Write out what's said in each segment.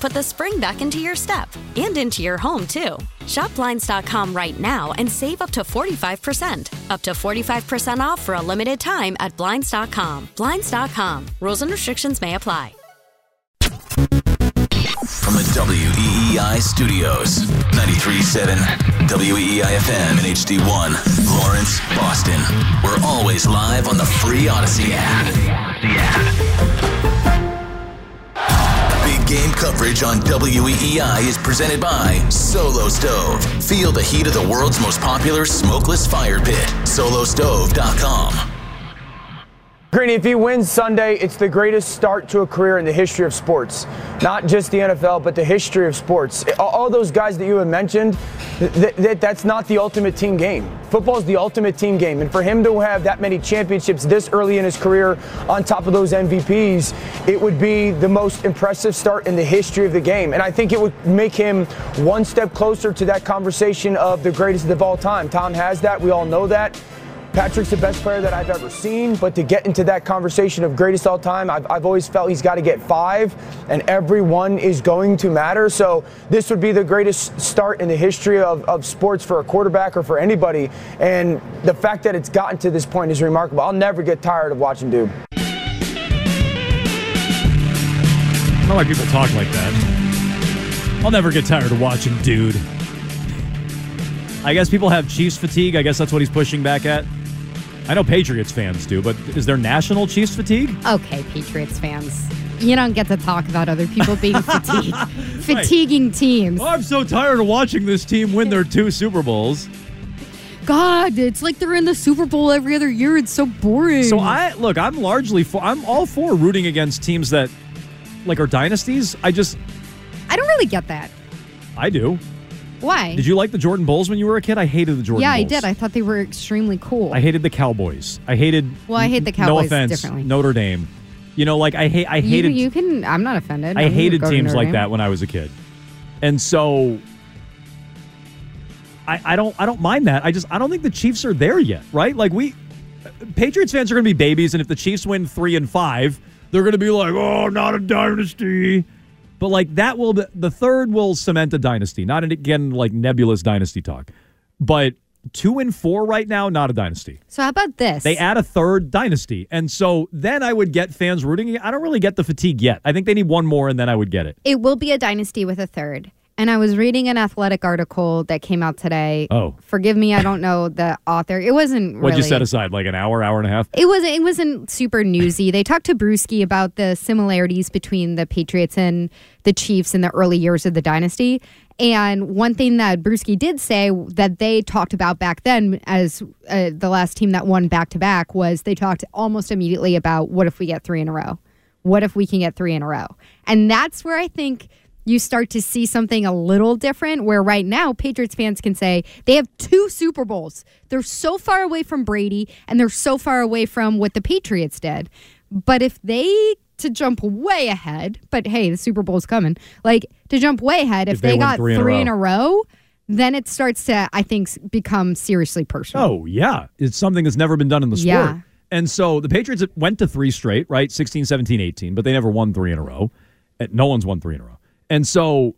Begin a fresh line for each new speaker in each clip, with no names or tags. put the spring back into your step and into your home, too. Shop Blinds.com right now and save up to 45%. Up to 45% off for a limited time at Blinds.com. Blinds.com. Rules and restrictions may apply.
From the WEEI studios, 93.7 WEEI FM and HD1, Lawrence, Boston. We're always live on the free Odyssey app. The app. Big game coverage on WEEI is presented by Solo Stove. Feel the heat of the world's most popular smokeless fire pit. SoloStove.com.
Greeny, if he wins Sunday, it's the greatest start to a career in the history of sports. Not just the NFL, but the history of sports. All- All those guys that you have mentioned, th- th- that's not the ultimate team game. Football's the ultimate team game. And for him to have that many championships this early in his career, on top of those MVPs, it would be the most impressive start in the history of the game. And I think it would make him one step closer to that conversation of the greatest of all time. Tom has that. We all know that. Patrick's the best player that I've ever seen, but to get into that conversation of greatest all time, I've, I've always felt he's got to get five, and everyone is going to matter. So this would be the greatest start in the history of, of sports for a quarterback or for anybody. And the fact that it's gotten to this point is remarkable. I'll never get tired of watching dude.
I don't know why people talk like that. I'll never get tired of watching dude. I guess people have Chiefs fatigue. I guess that's what he's pushing back at. I know Patriots fans do, but is there national Chiefs fatigue?
Okay, Patriots fans, you don't get to talk about other people being fatigued, fatiguing teams.
Oh, I'm so tired of watching this team win their two Super Bowls.
God, it's like they're in the Super Bowl every other year. It's so boring.
So I look, I'm largely for I'm all for rooting against teams that like are dynasties. I just
I don't really get that.
I do.
Why?
Did you like the Jordan Bowls when you were a kid? I hated the Jordan
yeah, I
Bulls.
did. I thought they were extremely cool.
I hated the Cowboys. I hated.
Well, I hate the
No
Cowboys
offense,
differently.
Notre Dame. You know, like I hate. I
You-
hated.
You, can. I'm not offended.
I
I'm gonna
hated
go to
teams
Notre
like
Dame.
that when I was a kid, and so. I, I don't I don't mind that. I just I don't think the Chiefs are there yet, right? Like we Patriots fans are going to be babies, and if the Chiefs win three and five, they're going to be like, "Oh, not a dynasty." But like that will the third will cement a dynasty, not an, again like nebulous dynasty talk. But two and four right now, not a dynasty.
So how about this?
They add a third dynasty, and so then I would get fans rooting. I don't really get the fatigue yet. I think they need one more, and then I would get it.
it will be a dynasty with a third. And I was reading an athletic article that came out today.
Oh.
forgive me, I don't know the author. It wasn't.
What'd
really.
you set aside? Like an hour, hour and a half?
It wasn't. It wasn't super newsy. They talked to Brewski about the similarities between the Patriots and the Chiefs in the early years of the dynasty. And one thing that Brewski did say that they talked about back then, as uh, the last team that won back to back, was they talked almost immediately about what if we get three in a row? What if we can get three in a row? And that's where I think you start to see something a little different where right now Patriots fans can say they have two Super Bowls. They're so far away from Brady and they're so far away from what the Patriots did. But if they to jump way ahead, but hey, the Super Bowl's coming. Like to jump way ahead if,
If they win
got
three in a row.
in a row, then it starts to I think s- become seriously personal.
Oh, yeah. It's something that's never been done in the sport.
Yeah.
And so the Patriots went to three straight, right? 16, 17, 18, but they never won three in a row. And no one's won three in a row. And so,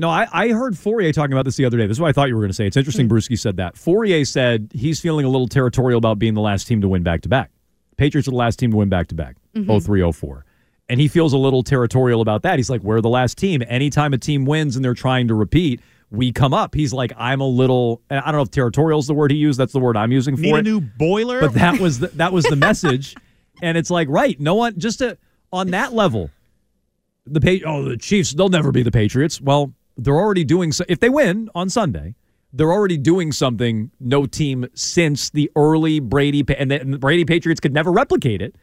no, I, I heard Fourier talking about this the other day. This is what I thought you were going to say. It's interesting Brewski said that. Fourier said he's feeling a little territorial about being the last team to win back to back. Patriots are the last team to win back Oh to back, 03 04. And he feels a little territorial about that. He's like, we're the last team. Anytime a team wins and they're trying to repeat, we come up. He's like, I'm a little, and I don't know if territorial is the word he used. That's the word I'm using for
Need
it.
a new boiler?
But that was the, that was the message, and it's like right, no one just to, on that level. The pa- oh the Chiefs they'll never be the Patriots. Well, they're already doing so. If they win on Sunday, they're already doing something no team since the early Brady Pa- and the, and the Brady Patriots could never replicate it.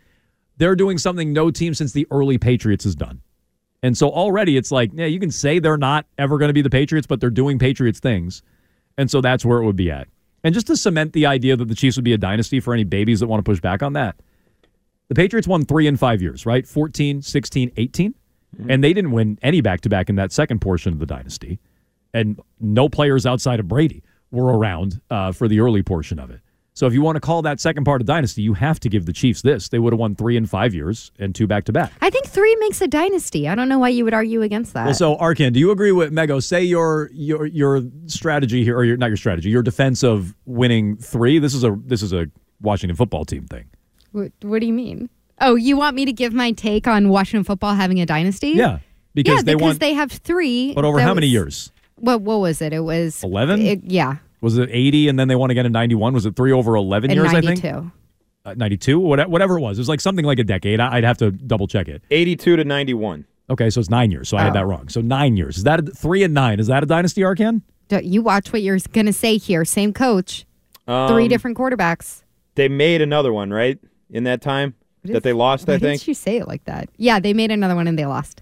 They're doing something no team since the early Patriots has done. And so already it's like, yeah, you can say they're not ever going to be the Patriots, but they're doing Patriots things. And so that's where it would be at. And just to cement the idea that the Chiefs would be a dynasty for any babies that want to push back on that, the Patriots won three in five years, right? 14, 16, 18. And they didn't win any back to back in that second portion of the dynasty. And no players outside of Brady were around uh, for the early portion of it. So if you want to call that second part of dynasty, you have to give the Chiefs this. They would have won three in five years and two back to back.
I think three makes a dynasty. I don't know why you would argue against that.
Well, so Arkin, do you agree with Mego? Say your your your strategy here, or your, not your strategy, your defense of winning three. This is a this is a Washington football team thing.
what, what do you mean? Oh, you want me to give my take on Washington football having a dynasty?
Yeah, because
yeah,
they
because
won.
they have three.
but over
that
how many
was-
years?
What what was it? It was
11?
it- yeah,
Was it eighty, and then they won again in ninety one? Was it three over eleven
and
years? I think
ninety-two.
ninety two, whatever it was. It was like something like a decade. I, I'd have to double check it.
82 to 91.
Okay, so it's nine years. So I had
Oh.
that wrong. So nine years. Is that a, three and nine? Is that a dynasty, Arkin?
Don't- You watch what you're gonna say here. Same coach,
Um,
three different quarterbacks.
Um, They made another one, right? In that time that they lost,
Why
I think.
Did you say it like that? Yeah, they made another one and they lost.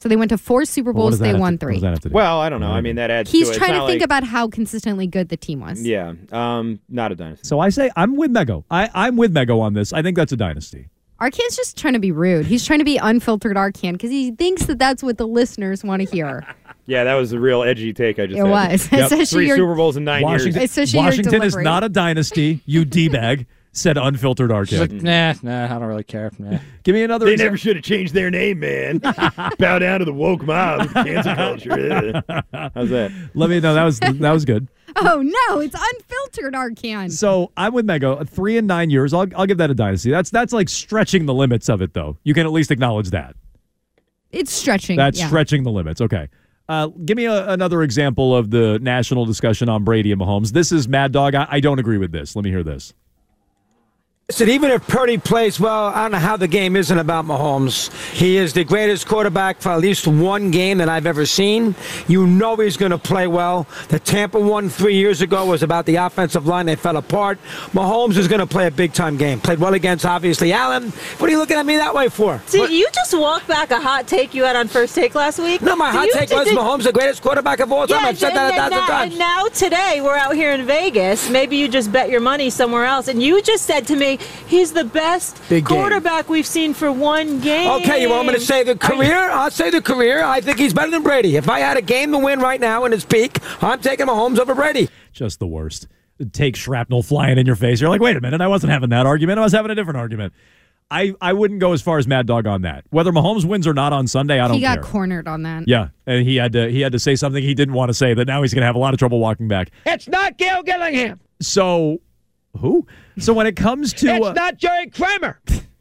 So they went to four Super
Well, what
Bowls.
does that
they
have to-
won
What
three.
does that have to do?
Well, I don't know. I mean, that adds
He's
to it. It's
trying to
not
think
like-
about how consistently good the team was.
Yeah. Um, not a dynasty.
so I say I'm with Mego. I, I'm with Mego on this. I think that's a dynasty.
Arcan's just trying to be rude. He's trying to be unfiltered Arcan because he thinks that that's what the listeners want to hear.
Yeah, that was a real edgy take I just
It
had.
was.
Yep.
Especially
Three
your-
Super Bowls in nine
Washington,
years.
Especially your
Washington is
delivery.
not a dynasty, you d bag. Said unfiltered RK.
nah, nah, I don't really care. Nah.
Give me another.
They
exa-
never should have changed their name, man. Bow down to the woke mob, cancel culture. How's that?
Let me know. That was that was good.
Oh no, it's unfiltered Arcan.
So I'm with Mego. Three and nine years. I'll I'll give that a dynasty. That's that's like stretching the limits of it, though. You can at least acknowledge that.
It's stretching.
That's
yeah.
stretching the limits. Okay. Uh, give me a, another example of the national discussion on Brady and Mahomes. This is Mad Dog. I, I don't agree with this. Let me hear this.
Listen, even if Purdy plays well, I don't know how the game isn't about Mahomes. He is the greatest quarterback for at least one game that I've ever seen. You know he's going to play well. The Tampa one three years ago was about the offensive line. They fell apart. Mahomes is going to play a big time game. Played well against, obviously, Allen. What are you looking at me that way for?
Did you just walk back a hot take you had on first take last week?
No, my hot
you-
take was
did-
Mahomes, the greatest quarterback of all time. I've said that a
and,
thousand
now,
times.
and now today we're out here in Vegas. Maybe you just bet your money somewhere else, and you just said to me, "He's the best
Big game.
quarterback we've seen for one game."
Okay, you want me to say the
Are you-
career? I'll say the career. I think he's better than Brady. If I had a game to win right now in his peak, I'm taking Mahomes over Brady.
just the worst. Take shrapnel flying in your face. You're like, wait a minute, I wasn't having that argument. I was having a different argument. I, I wouldn't go as far as Mad Dog on that. Whether Mahomes wins or not on Sunday, I don't
He got
care.
cornered on that.
yeah, and he had to he had to say something he didn't want to say that now he's going to have a lot of trouble walking back.
It's not Gail Gillingham.
So who? So when it comes to uh,
not Jerry Kramer.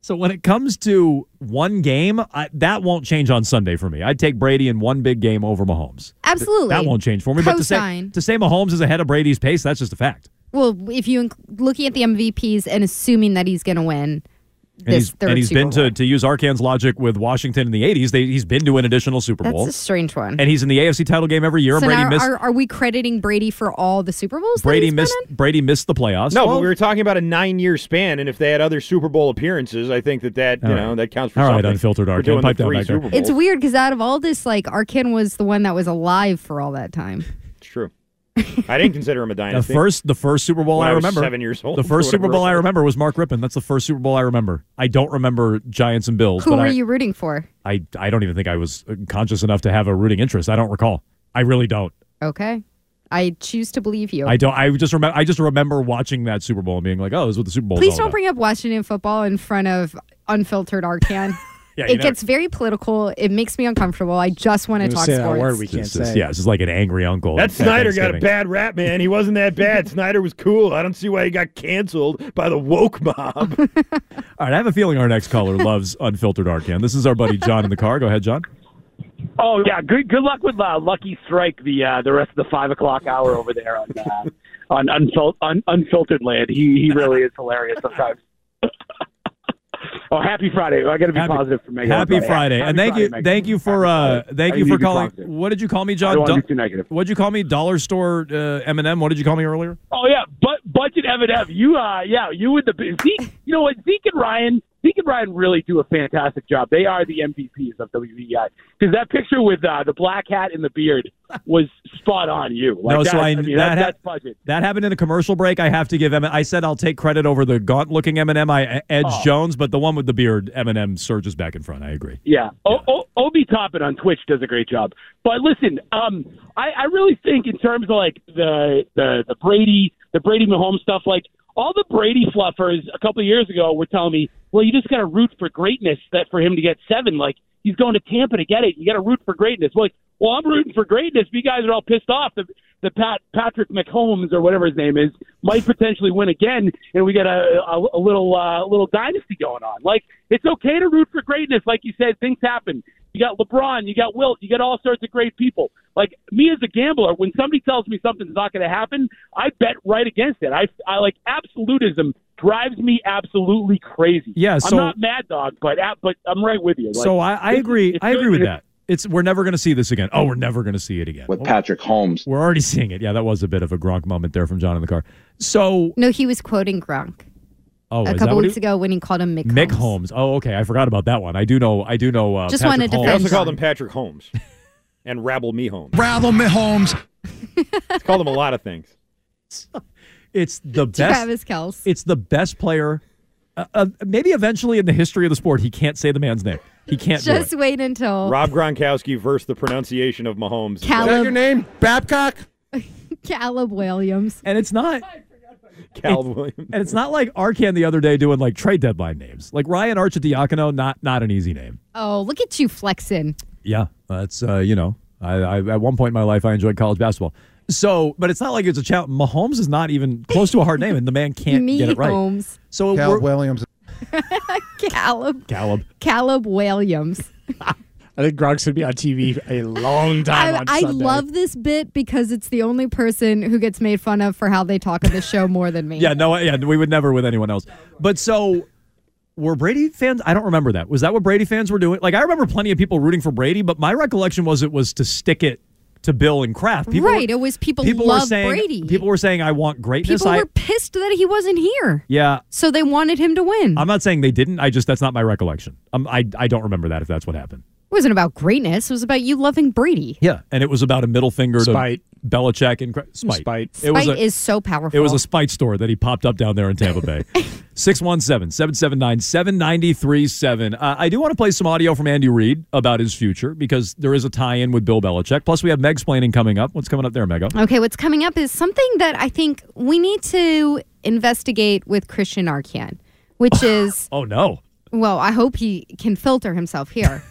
so when it comes to one game, I, that won't change on Sunday for me. I'd take Brady in one big game over Mahomes.
Absolutely.
That won't change for me. But to say
Cosine.
to say Mahomes is ahead of Brady's pace, that's just a fact.
Well, if you inc- looking at the MVPs and assuming that he's going to win this
And he's,
third
and he's
Super
been
Bowl.
to, to use Arcan's logic with Washington in the 80s. They, he's been to an additional Super
That's
Bowl.
a strange one.
and he's in the AFC title game every year. and
so
Brady
now
missed
are, are we crediting Brady for all the Super Bowls? that
Brady
he's been
missed
in?
Brady missed the playoffs.
No,
Well,
but we were talking about a nine-year span, and if they had other Super Bowl appearances, I think that that you
All right.
know that counts for
All right,
something.
unfiltered
We're
Arkin.
doing
Pipe
the
down
three
back there.
Super Bowls.
It's weird because out of all this, like Arkin was the one that was alive for all that time.
It's true. I didn't consider him a
the
dynasty.
first the first Super Bowl
When
I,
I was
remember
seven years old,
The first
or
Super
whatever
Bowl
it
I
was.
remember was Mark Rippon. That's the first Super Bowl I remember. I don't remember Giants and Bills,
Who
but
were
I,
you rooting for?
I I don't even think I was uh, conscious enough to have a rooting interest. I don't recall. I really don't.
Okay, I choose to believe you.
I don't. I just remember. I just remember watching that Super Bowl and being like, "Oh, this is what the Super Bowl." is
Please
all
don't
about.
bring up Washington football in front of unfiltered Arcan.
Yeah, you
it
know-
gets very political. It makes me uncomfortable. I just want to talk sports.
It's just- Yeah, it's just like an angry uncle.
That
at
Snyder got a
Thanksgiving.
bad rap, man. He wasn't that bad. Snyder was cool. I don't see why he got canceled by the woke mob.
All right, I have a feeling our next caller loves unfiltered Arcan. This is our buddy John in the car. Go ahead, John.
Oh yeah, good good luck with uh, Lucky Strike the uh, the rest of the five o'clock hour over there on uh, on unfil- un- unfiltered land. He he really is hilarious sometimes. oh, happy Friday! I got to be positive for Megan.
Happy Friday, and thank you, thank you for uh, thank
I
you
need
for
to be
calling.
positive.
What did you call me,
I
John?
don't wanna
Do-
be too negative.
What'd you call me? Dollar store uh, M&M. What did you call me earlier?
Oh yeah, but budget Evanev, you uh yeah, you and the Zeke. You know what, Zeke and Ryan, Zeke and Ryan really do a fantastic job. They are the MVPs of WEI because that picture with uh, the black hat and the beard was spot on. You Like,
no,
that,
so I, that,
mean, that,
hap-
that's budget.
that happened in the commercial break. I have to give M. I said I'll take credit over the gaunt-looking M&M. I Edge
Oh.
Jones, but the one with the beard M&M surges back in front. I agree.
Yeah. O- O- Obi Toppin on Twitch does a great job. But listen, um, I, I really think in terms of like the the, the Brady the Brady Mahomes stuff, like all the Brady fluffers a couple of years ago were telling me, well, you just got to root for greatness that for him to get seven. Like he's going to Tampa to get it. You got to root for greatness. Well, like, well, I'm rooting for greatness. but You guys are all pissed off. The, the Pat Patrick McHolmes or whatever his name is might potentially win again, and we got a a, a little uh, little dynasty going on. Like it's okay to root for greatness, like you said, things happen. You got LeBron, you got Wilt, you got all sorts of great people. Like me as a gambler, when somebody tells me something's not going to happen, I bet right against it. I, I like absolutism drives me absolutely crazy.
Yeah, so-
I'm not mad dog, but uh, but I'm right with you. Like,
so I, I
it's-
agree.
it's
I
good
agree with
to-
that. It's we're never going to see this again. Oh, we're never going to see it again.
with Patrick Holmes.
We're already seeing it. Yeah, that was a bit of a Gronk moment there from John in the car. So
No, he was quoting Gronk
oh,
a
is that
couple
what he-
weeks ago when he called him Mick.
Mick Holmes. Oh, okay. I forgot about that one. I do know. I do know. Uh,
Just
Patrick
wanted to
Holmes.
defend They also call
Call them Patrick Holmes and Rabble Me Holmes.
Rabble me Holmes.
Call them a lot of things.
It's the best.
Travis Kelce.
It's the best player. Uh, uh, maybe eventually in the history of the sport, he can't say the man's name. He can't do
Just
it.
wait until
Rob Gronkowski versus the pronunciation of Mahomes.
Caleb- Is that your
name? Babcock?
Caleb Williams.
And it's not.
Cal
It's-
Williams.
And it's not like Arcan the other day doing like trade deadline names. Like Ryan Archidiakono, not not an easy name.
Oh, look at you flexing.
Yeah, that's uh, you know, I, I at one point in my life I enjoyed college basketball. So, but it's not like it's a challenge. Mahomes is not even close to a hard name, and the man can't
Me
get it right.
Holmes.
So
Cal
we're-
Williams.
Caleb.
Caleb.
Caleb Williams.
I think Gronk's gonna be on TV a long time.
I,
on
I
Sunday.
love this bit because it's the only person who gets made fun of for how they talk on the show more than me.
Yeah, no, yeah, we would never with anyone else. But so were Brady fans? I don't remember that. Was that what Brady fans were doing? Like I remember plenty of people rooting for Brady, but my recollection was it was to stick it to Bill and Kraft. People
right.
Were,
it was people,
people
love
were saying
Brady.
people were saying I want greatness.
People
I,
were pissed that he wasn't here.
yeah,
So they wanted him to win.
I'm not saying they didn't. I just that's not my recollection. Um, I I don't remember that if that's what happened.
It wasn't about greatness. It was about you loving Brady.
Yeah, and it was about a middle finger
Spite.
to Belichick and Kra- spite. Spite. It was
Spite
a,
is so powerful.
it was a spite store that he popped up down there in Tampa Bay. 617-779-7937. Uh, I do want to play some audio from Andy Reid about his future because there is a tie-in with Bill Belichick. Plus, we have Meg's planning coming up. What's coming up there, Mego?
Okay, what's coming up is something that I think we need to investigate with Christian Arcan, which is
Oh no.
well, I hope he can filter himself here.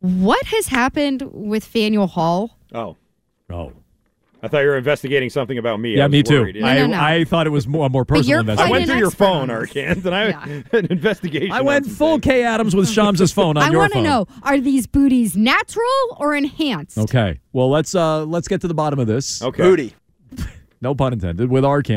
what has happened with Faneuil Hall?
Oh.
Oh.
I thought you were investigating something about me.
Yeah,
I was
me too.
worried.
I, I thought it was more, a more
But
personal
you're quite
investigation.
I went an through your expert on phone, this. Arcand, and I- an investigation.
I went full K Adams with Shams' phone on
I
your
want to
phone.
know: Are these booties natural or enhanced?
Okay. Well, let's uh let's get to the bottom of this. Okay. Booty. no pun intended. With Arcan.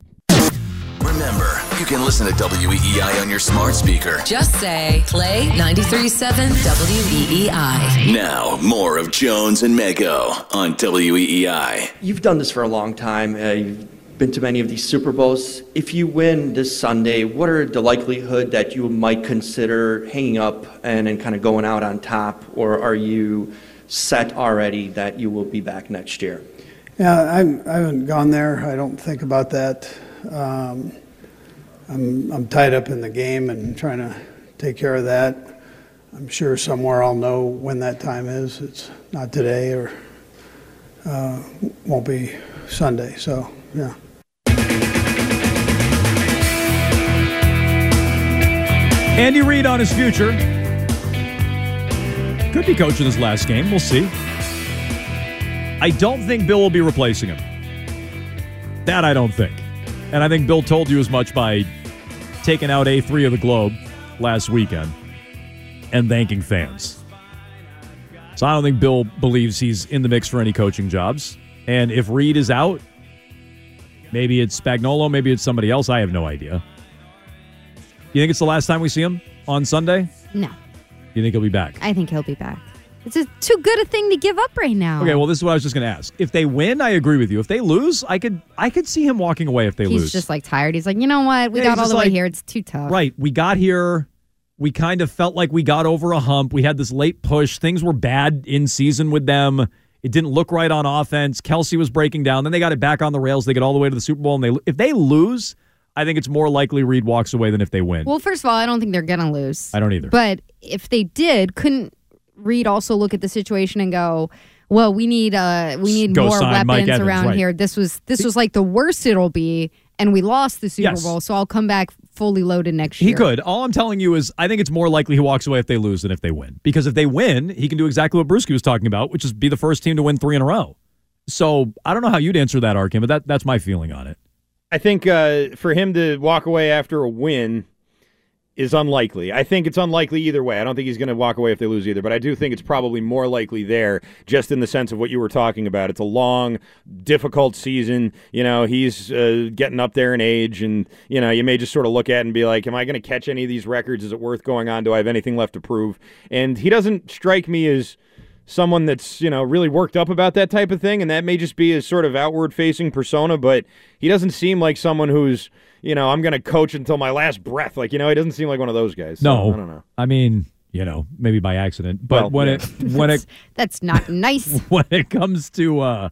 Remember, you can listen to WEEI on your smart speaker.
Just say, play 93.7 E WEEI.
Now, more of Jones and Mego on E WEEI.
You've done this for a long time. Uh, you've been to many of these Super Bowls. If you win this Sunday, what are the likelihood that you might consider hanging up and, and kind of going out on top, or are you set already that you will be back next year?
Yeah, I'm, I haven't gone there. I don't think about that. Um, I'm, I'm tied up in the game and trying to take care of that. I'm sure somewhere I'll know when that time is. It's not today or uh, won't be Sunday. So, yeah.
Andy Reid on his future. Could be coaching his last game. We'll see. I don't think Bill will be replacing him. That I don't think. And I think Bill told you as much by taking out A3 of the Globe last weekend and thanking fans. So I don't think Bill believes he's in the mix for any coaching jobs. And if Reed is out, maybe it's Spagnolo, maybe it's somebody else. I have no idea. You think it's the last time we see him on Sunday?
No,
You think he'll be back?
I think he'll be back. It's just too good a thing to give up right now.
Okay, well, this is what I was just going to ask. If they win, I agree with you. If they lose, I could I could see him walking away if they
He's
lose.
just like tired. He's like, you know what? We
Yeah, he's
got all
just
the way
like-
here. It's too tough.
Right. We got here. We kind of felt like we got over a hump. We had this late push. Things were bad in season with them. It didn't look right on offense. Kelsey was breaking down. Then they got it back on the rails. They get all the way to the Super Bowl. And they if they lose, I think it's more likely Reed walks away than if they win.
Well, first of all, I don't think they're gonna lose.
I don't either.
But if they did, couldn't Reed also look at the situation and go, "Well, we need uh, we need
Go
more
sign
weapons
Mike Evans,
around
right.
here. This was this was like the worst it'll be, and we lost the Super
Yes.
Bowl, so I'll come back fully loaded next
he
year."
could. All I'm telling you is I think it's more likely he walks away if they lose than if they win. Because if they win, he can do exactly what Brewski was talking about, which is be the first team to win three in a row. So I don't know how you'd answer that, Arkin, but that, that's my feeling on it.
I think uh, for him to walk away after a win is unlikely. I think it's unlikely either way. I don't think he's going to walk away if they lose either, but I do think it's probably more likely there, just in the sense of what you were talking about. It's a long, difficult season. You know, he's uh, getting up there in age, and, you know, you may just sort of look at it and be like, am I going to catch any of these records? Is it worth going on? Do I have anything left to prove? And he doesn't strike me as someone that's you know really worked up about that type of thing and that may just be his sort of outward facing persona but he doesn't seem like someone who's you know i'm going to coach until my last breath like you know he doesn't seem like one of those guys So,
No,
i don't know
I mean, you know, maybe by accident, but
Well,
when
yeah.
it when it
That's not nice.
when it comes to uh,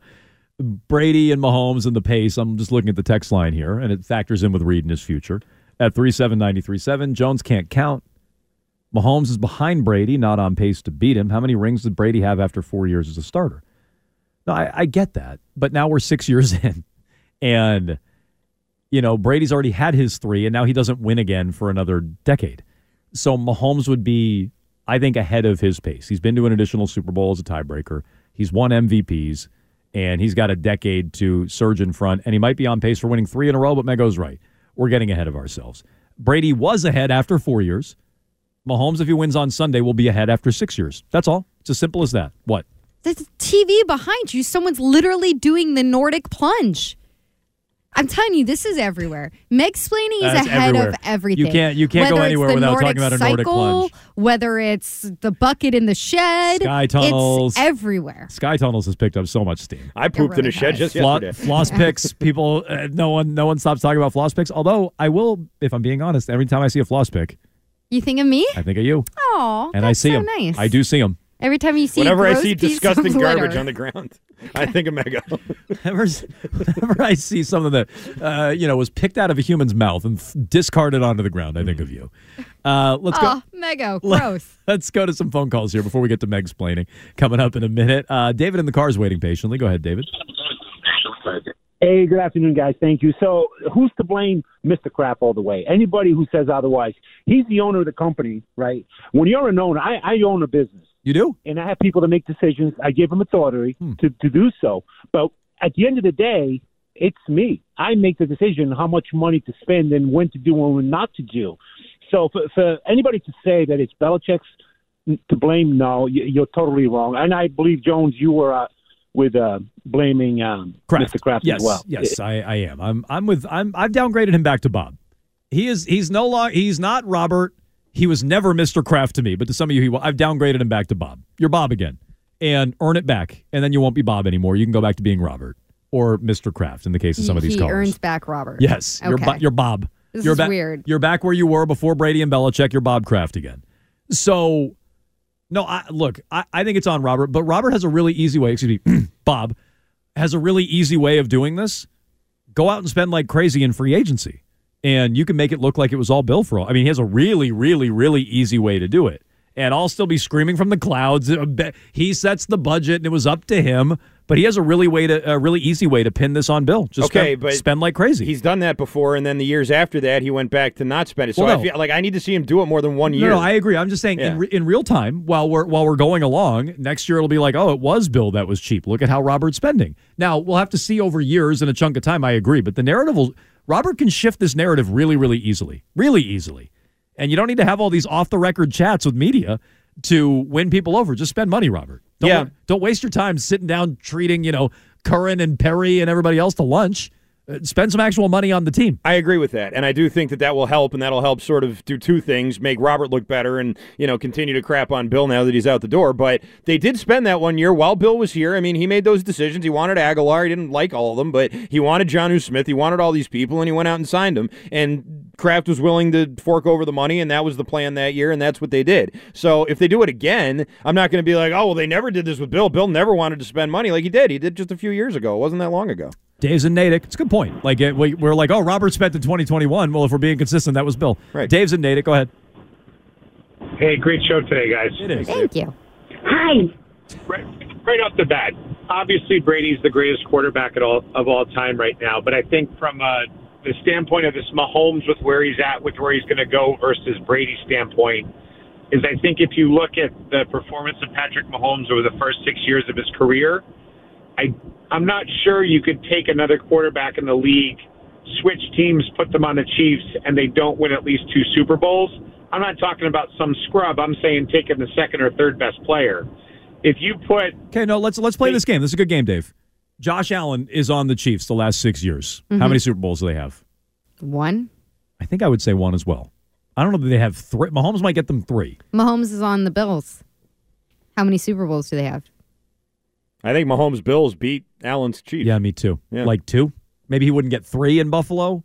Brady and Mahomes and the pace, I'm just looking at the text line here, and it factors in with Reed and his future at three seven ninety three seven. Jones can't count. Mahomes is behind Brady, not on pace to beat him. How many rings did Brady have after four years as a starter? No, I, I get that, but now we're six years in, and you know Brady's already had his three, and now he doesn't win again for another decade. So Mahomes would be, I think, ahead of his pace. He's been to an additional Super Bowl as a tiebreaker. He's won MVPs, and he's got a decade to surge in front, and he might be on pace for winning three in a row. But Mego's right; we're getting ahead of ourselves. Brady was ahead after four years. Mahomes, if he wins on Sunday, will be ahead after six years. That's all. It's as simple as that. What?
There's a TV behind you. Someone's literally doing the Nordic plunge. I'm telling you, this is everywhere. Meg Slaney is
That's
ahead
everywhere.
of everything.
You can't- you can't go
Whether it's
anywhere
the
without talking
Nordic
about a Nordic
cycle,
plunge.
Whether it's the bucket in the shed,
Sky tunnels.
it's everywhere.
Sky Tunnels has picked up so much steam.
I pooped in a shed just
Flo-
yesterday.
Floss picks, people. Uh, no one, no one stops talking about floss picks. Although I will, if I'm being honest, every time I see a floss pick,
You think of me?
I think of you,
Oh,
and I see
so
them.
nice.
I do see them.
Every time you see
Whenever I
gross
see
piece of
disgusting garbage
litter.
on the ground, I think of Mega.
whenever, whenever I see something that uh, you know was picked out of a human's mouth and th- discarded onto the ground, I think of you. Uh, let's
Aw,
go.
Mego,
Let-
gross.
Let's go to some phone calls here before we get to Meg's planning coming up in a minute. Uh, David in the car is waiting patiently. Go ahead, David.
Hey, good afternoon, guys. Thank you. So, who's to blame Mr. Crap all the way? Anybody who says otherwise, he's the owner of the company, right? When you're an owner, I, I own a business.
You do? Hmm.
And I have people to make decisions. I give them authority to, to do so. But at the end of the day, it's me. I make the decision how much money to spend and when to do and when not to do. So, for, for anybody to say that it's Belichick's to blame, no, you- you're totally wrong. And I believe, Jones, you were uh, with uh, blaming um, Mr. Kraft
yes,
as well.
Yes, I, I am. I'm I'm with I'm I've downgraded him back to Bob. He is he's no longer he's not Robert. He was never Mr. Kraft to me, but to some of you he wa- I've downgraded him back to Bob. You're Bob again. And earn it back. And then you won't be Bob anymore. You can go back to being Robert or Mr. Kraft in the case of some of these
he
callers.
earns back Robert.
Yes, you're, Bo-
Okay.
you're Bob.
This
you're
is weird.
You're back where you were before Brady and Belichick. You're Bob Kraft again. So, no, I, look, I, I think it's on Robert, but Robert has a really easy way. Excuse me, Bob has a really easy way of doing this. Go out and spend like crazy in free agency, and you can make it look like it was all Bill for all. I mean, he has a really, really, really easy way to do it. And I'll still be screaming from the clouds. uh, be- He sets the budget, and it was up to him. But he has a really way to, a really easy way to pin this on Bill. Just
okay,
spend,
but
spend like crazy.
He's done that before, and then the years after that, he went back to not spend it. So
Well,
I
no.
feel like I need to see him do it more than one
No,
year.
No, I agree. I'm just saying
Yeah.
in, re- in real time while we're while we're going along next year it'll be like, oh, it was Bill that was cheap. Look at how Robert's spending. Now we'll have to see over years and a chunk of time. I agree, but the narrative will Robert can shift this narrative really, really easily, really easily, and you don't need to have all these off the record chats with media to win people over. Just spend money, Robert. Don't,
Yeah.
Don't waste your time sitting down treating you know Curran and Perry and everybody else to lunch. Uh, Spend some actual money on the team.
I agree with that, and I do think that that will help, and that'll help sort of do two things: make Robert look better, and you know, continue to crap on Bill now that he's out the door. But they did spend that one year while Bill was here. I mean, he made those decisions. He wanted Aguilar. He didn't like all of them, but he wanted John U. Smith. He wanted all these people, and he went out and signed them. And Kraft was willing to fork over the money, and that was the plan that year, and that's what they did. So if they do it again, I'm not going to be like, oh well, they never did this with Bill. Bill never wanted to spend money like he did. He did just a few years ago. It wasn't that long ago.
Dave's in Natick. It's a good point. Like it, we, we're like, oh, Robert spent in 2021. Well, if we're being consistent, that was Bill. Right. Dave's in Natick. Go ahead.
Hey, great show today, guys. It
is.
Thank
you.
Hi. Right, right off the bat, obviously Brady's the greatest quarterback at all of all time right now. But I think from uh, the standpoint of this Mahomes with where he's at, with where he's going to go versus Brady's standpoint, is I think if you look at the performance of Patrick Mahomes over the first six years of his career, I I'm not sure you could take another quarterback in the league, switch teams, put them on the Chiefs, and they don't win at least two Super Bowls. I'm not talking about some scrub. I'm saying taking the second or third best player. If you put
Okay, no, let's let's play this game. This is a good game, Dave. Josh Allen is on the Chiefs the last six years. How
Mhm.
many Super Bowls do they have?
One.
I think I would say one as well. I don't know that they have three. Mahomes might get them three.
Mahomes is on the Bills. How many Super Bowls do they have?
I think Mahomes' Bills beat Allen's Chiefs.
Yeah, me too.
Yeah.
Like two. Maybe he wouldn't get three in Buffalo.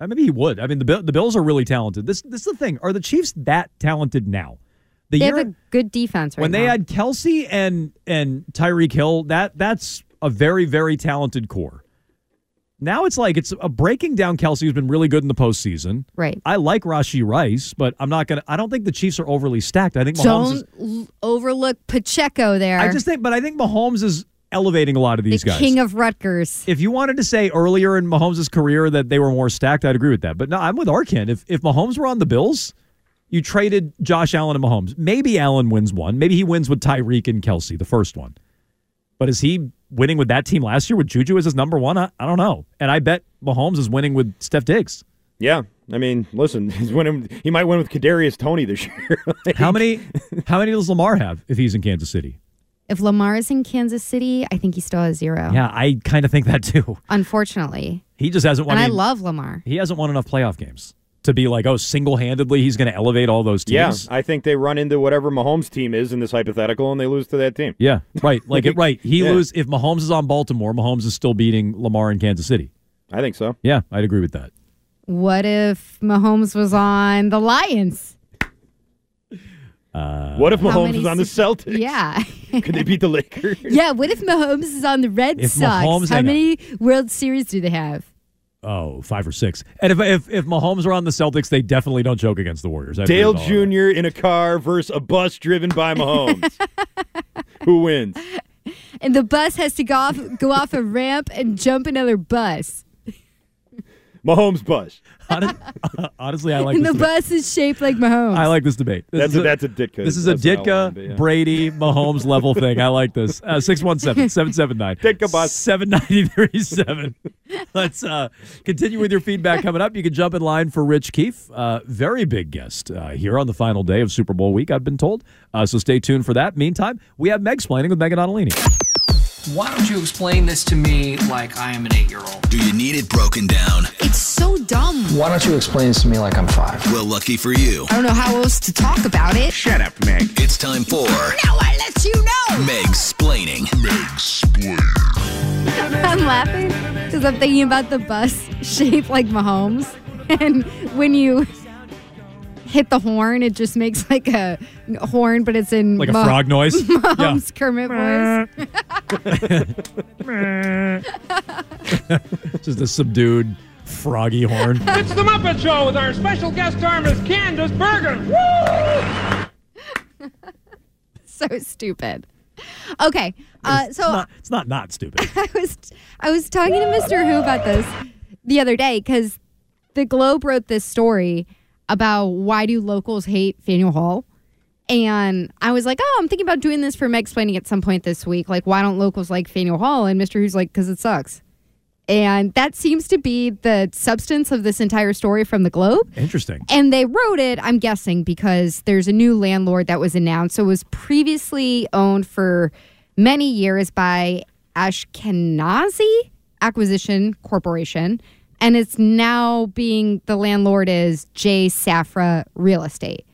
Uh, Maybe he would. I mean, the Bill- the Bills are really talented. This this is the thing. Are the Chiefs that talented now? The
they
year
have a good defense right
when they
now.
had Kelsey and and Tyreek Hill, that that's a very very talented core. Now it's like it's a breaking down Kelsey who's been really good in the postseason.
Right.
I like Rashi Rice, but I'm not gonna. I don't think the Chiefs are overly stacked. I think Mahomes. Is,
Don't l- overlook Pacheco there.
I just think, but I think Mahomes is elevating a lot of
the
these guys.
king of Rutgers.
if you wanted to say earlier in Mahomes' career that they were more stacked, I'd agree with that. But no, I'm with Arkin. If if Mahomes were on the Bills, you traded Josh Allen and Mahomes. Maybe Allen wins one. Maybe he wins with Tyreek and Kelsey, the first one. But is he winning with that team last year with Juju as his number one? I, I don't know. And I bet Mahomes is winning with Steph Diggs.
Yeah, I mean, listen, he's winning. He might win with Kadarius Tony this year.
How many how many does Lamar have if he's in Kansas City?
If Lamar is in Kansas City, I think he still has zero.
Yeah, I kind of think that too.
Unfortunately.
He just hasn't won.
and I
mean,
love Lamar.
He hasn't won enough playoff games to be like, oh, single handedly he's going to elevate all those
Yeah,
teams.
I think they run into whatever Mahomes' team is in this hypothetical, and they lose to that team.
Yeah, right. Like it, right. He
Yeah.
lose if Mahomes is on Baltimore. Mahomes is still beating Lamar in Kansas City.
I think so.
Yeah, I'd agree with that.
What if Mahomes was on the Lions?
Uh,
what if
How
Mahomes
many
is on the
se-
Celtics?
Yeah.
Could they beat the Lakers?
yeah, what if Mahomes is on the Red
If
Sox?
Mahomes-
How
hang on.
many World Series do they have?
Oh, five or six. And if if if Mahomes are on the Celtics, they definitely don't choke against the Warriors. I agree
Dale
with all of
Jr. in a car versus a bus driven by Mahomes. Who wins?
And the bus has to go off go off a ramp and jump another bus.
Mahomes bus.
that. Honestly, I like
and
this
the
debate.
bus is shaped like Mahomes.
I like this debate. This
That's
is
a- that's a Ditka-
This is a
that's an outline,
Ditka
but yeah.
Brady Mahomes level thing. I like this. Uh, 617-779. Ditka bus. 7937. Let's uh, continue with your feedback coming up. You can jump in line for Rich Keefe, uh, very big guest uh, here on the final day of Super Bowl week, I've been told. Uh, so stay tuned for that. Meantime, we have Meg's planning with Megan Onalini.
Why don't you explain this to me like I am an eight year old?
Do you need it broken down?
It's so dumb.
Why don't you explain this to me like I'm five? Well, lucky for you.
don't know how else to talk about it.
Shut up, Meg. It's time for
Now I let you know.
Meg's Splaining. Meg's Splaining.
I'm laughing because I'm thinking about the bus shaped like Mahomes. And when you hit the horn, it just makes like a horn, but it's in
Like a frog noise? Yeah.
Mahomes Kermit voice.
Just a subdued, froggy horn.
It's the Muppet Show with our special guest artist Candace Bergen. Woo!
so stupid. Okay, uh, so
it's not not stupid.
I was I was talking to Mr. Who about this the other day because the Globe wrote this story about why do locals hate Faneuil Hall, and I was like, oh, I'm thinking about doing this for Meg explaining at some point this week. Like, why don't locals like Faneuil Hall? And Mr. Who's like, because it sucks. And that seems to be the substance of this entire story from the Globe.
Interesting.
And they wrote it, I'm guessing, because there's a new landlord that was announced. So it was previously owned for many years by Ashkenazi Acquisition Corporation. And it's now being the landlord is J. Safra Real Estate.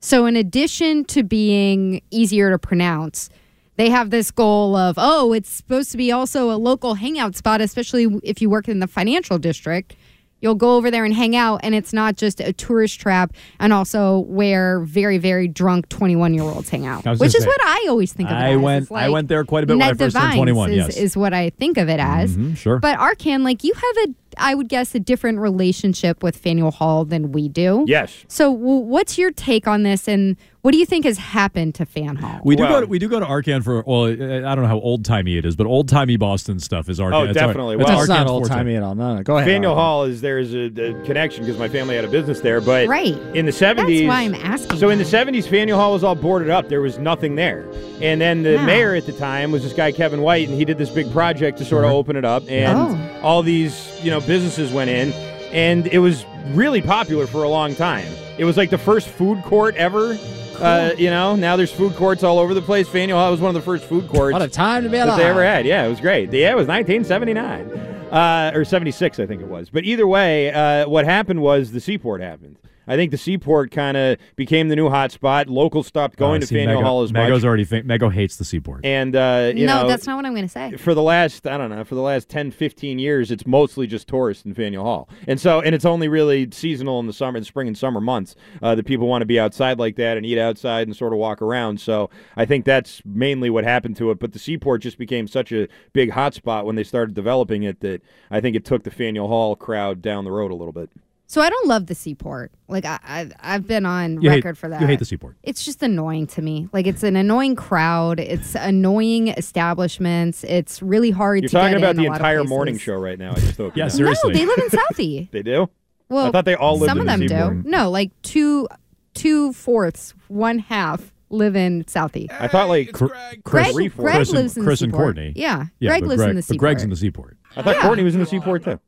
So in addition to being easier to pronounce, they have this goal of, oh, it's supposed to be also a local hangout spot, especially if you work in the financial district. You'll go over there and hang out, and it's not just a tourist trap, and also where very, very drunk 21 year olds hang out,
I was
which
gonna
is
say,
what I always think of it
I
as. It's
went- I
like
went there quite a bit when I
Ned
first turned
Devine's
21,
Is,
yes.
is what I think of it as.
Mhm, sure.
But Arcan, like you have a, I would guess, a different relationship with Faneuil Hall than we do.
Yes.
So, w- what's your take on this, and what do you think has happened to Fan Hall?
We do go. To, we do go to Arcan for. Well, I I don't know how old timey it is, but old timey Boston stuff is Arcan.
Oh,
It's Ar-
definitely.
it's
Well,
Arcan's
That's not
forte.
old-timey
at all. No, no. Uh, Go ahead.
Faneuil
Arcan.
Hall is there's a, a connection because my family had a business there, but
Right.
in the 70s.
why I'm asking
So in the 70s, Faneuil Hall was all boarded up. There was nothing there. And then the
Wow.
mayor at the time was this guy, Kevin White, and he did this big project to sort
Mm-hmm.
of open it up. And
Oh.
all these, you know, businesses went in. And it was really popular for a long time. It was like the first food court ever. Uh, you know, now there's food courts all over the place. Faneuil Hall was one of the first food courts
What a time to be
that they
alive.
ever had. Yeah, it was great. Yeah, it was 1979 uh, or 76, I think it was. But either way, uh, what happened was the Seaport happened. I think the Seaport kind of became the new hot spot. Locals stopped going
Uh,
to
see,
Faneuil
Mego-
Hall as
Mego's
much.
already. Fa- Mego hates the seaport.
and uh, you
no,
know,
that's not what I'm going to say.
for the last I don't know, for the last 10, 15 years, it's mostly just tourists in Faneuil Hall, and so and it's only really seasonal in the summer, in spring and summer months uh, that people want to be outside like that and eat outside and sort of walk around. So I think that's mainly what happened to it. But the Seaport just became such a big hotspot when they started developing it that I think it took the Faneuil Hall crowd down the road a little bit.
So I don't love the Seaport. Like I, I I've been on
You hate-
record for that.
you hate the Seaport.
It's just annoying to me. Like it's an annoying crowd. It's annoying establishments. It's really hard.
You're
to
talking
get
about
in a
the
lot of
entire
places.
morning show right now. I just hope.
Yeah, seriously.
No, they live in Southie.
they do.
Well,
I thought they all lived
Some
in
of them
the Seaport.
do. No, like two two fourths, one half live in Southie.
I thought like
Greg, Greg lives in the
Chris and
Seaport.
Courtney.
Yeah, Greg
but
lives in
Greg-
the
But
Seaport.
Greg's in the seaport.
I thought Courtney was in the Seaport too.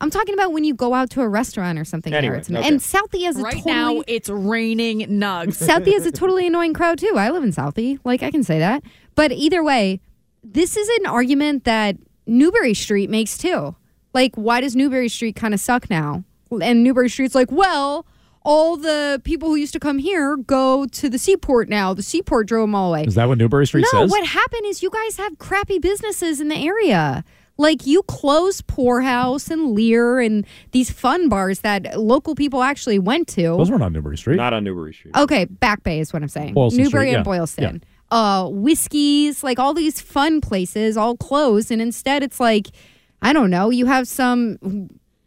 I'm talking about when you go out to a restaurant or something.
Anyway,
where it's-
okay.
And Southie has a
right
totally
now it's raining nugs.
Southie is a totally annoying crowd too. I live in Southie, like I can say that. But either way, this is an argument that Newberry Street makes too. Like, why does Newberry Street kind of suck now? And Newberry Street's like, well, all the people who used to come here go to the seaport now. The seaport drove them all away.
Is that what Newberry Street
no,
says?
what happened is you guys have crappy businesses in the area. Like you closed Poorhouse and Lear and these fun bars that local people actually went to.
Those weren't on Newbury Street.
Not on Newbury Street.
Okay, Back Bay is what I'm saying.
Boylston
Newbury
Street,
and
yeah,
Boylston. Uh, whiskeys, like all these fun places, all closed. And instead, it's like, I don't know, you have some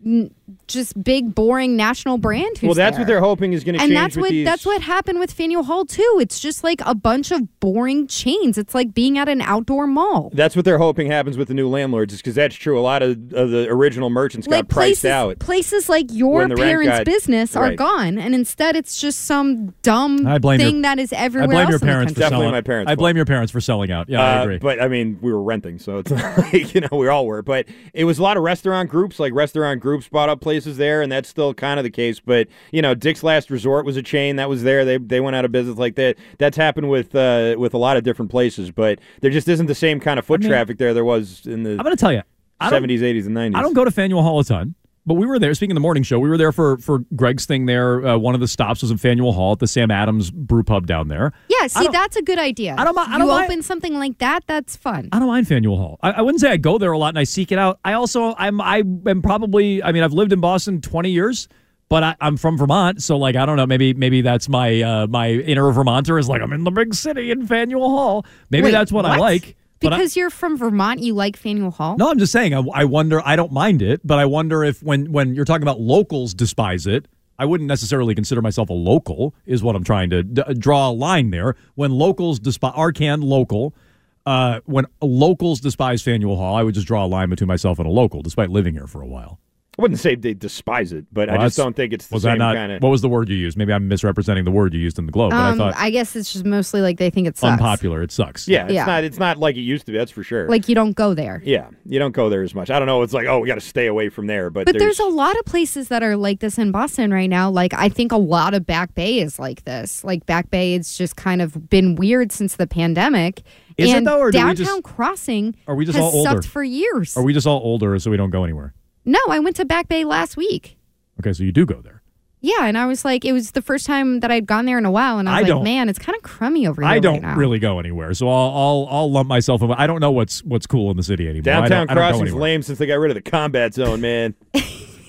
mm, just big, boring national brand. Who's
Well, that's
there.
what they're hoping is going to change.
And that's
with
what
these-
that's what happened with Faneuil Hall too. It's just like a bunch of boring chains. It's like being at an outdoor mall.
That's what they're hoping happens with the new landlords, is because that's true. A lot of, of the original merchants got priced
places,
out.
places like
When
your
the rent
parents'
got-
business are
right.
gone, and instead it's just some dumb
I blame your-
thing that is everywhere
I blame
else
your parents
in
for
the country.
selling.
Definitely my parents'
I blame your parents for selling out. Yeah, I
Uh,
agree.
But I mean, we were renting, so it's not like you know we all were. But it was a lot of restaurant groups, like restaurant groups bought up places there, and that's still kind of the case. But you know, Dick's Last Resort was a chain that was there. They they went out of business like that. That's happened with uh, with a lot of different places, but there just isn't the same kind of foot
I mean-
traffic there there was in the.
I'm going to tell you, I don't-
70s, 80s, and 90s.
I don't go to Faneuil Hall a ton, but we were there. Speaking of the morning show, we were there for for Greg's thing. There, uh, one of the stops was in Faneuil Hall at the Sam Adams Brew Pub down there.
Yeah, see, that's a good idea. I don't,
I don't
you
mind-
open something like that, that's fun.
I don't mind Faneuil Hall. I, I wouldn't say I go there a lot and I seek it out. I also I'm I am probably I mean I've lived in Boston 20 years, but I, I'm from Vermont, so like I don't know maybe maybe that's my uh, my inner Vermonter is like I'm in the big city in Faneuil Hall. Maybe
Wait,
that's what, I like. but I-
Because you're from Vermont, you like Faneuil Hall?
no, I'm just saying. I, I wonder. I don't mind it, but I wonder if when when you're talking about locals despise it. I wouldn't necessarily consider myself a local, is what I'm trying to d- draw a line there. When locals despise Arcan local, uh, when locals despise Faneuil Hall, I would just draw a line between myself and a local, despite living here for a while.
I wouldn't say they despise it, but
Well,
I just
that's-
don't think it's the
was
same
that not,
kind of.
What was the word you used? Maybe I'm misrepresenting the word you used in the Globe, but I
um,
thought
I guess it's just mostly like they think it sucks.
unpopular. It sucks.
yeah, it's
Yeah.
not. It's not like it used to be. That's for sure.
Like you don't go there.
yeah, you don't go there as much. I don't know. It's like oh, we got to stay away from there. But,
But, there's, a lot of places that are like this in Boston right now. Like I think a lot of Back Bay is like this. Like Back Bay, it's just kind of been weird since the pandemic.
Is it
and
though, or do we
downtown
just-
crossing
Are we just
has
all older?
sucked for years.
Are we just all older, so we don't go anywhere?
no, I went to Back Bay last week.
Okay, so you do go there.
Yeah, and I was like, it was the first time that I'd gone there in a while, and I was
I
like,
don't-
man, it's kind of crummy over here.
I
right
don't
now.
really go anywhere, so I'll, I'll I'll lump myself. In, I don't know what's what's cool in the city anymore.
Downtown
I don't, I don't go
Crossing's
anywhere.
lame since they got rid of the combat zone, man.
No,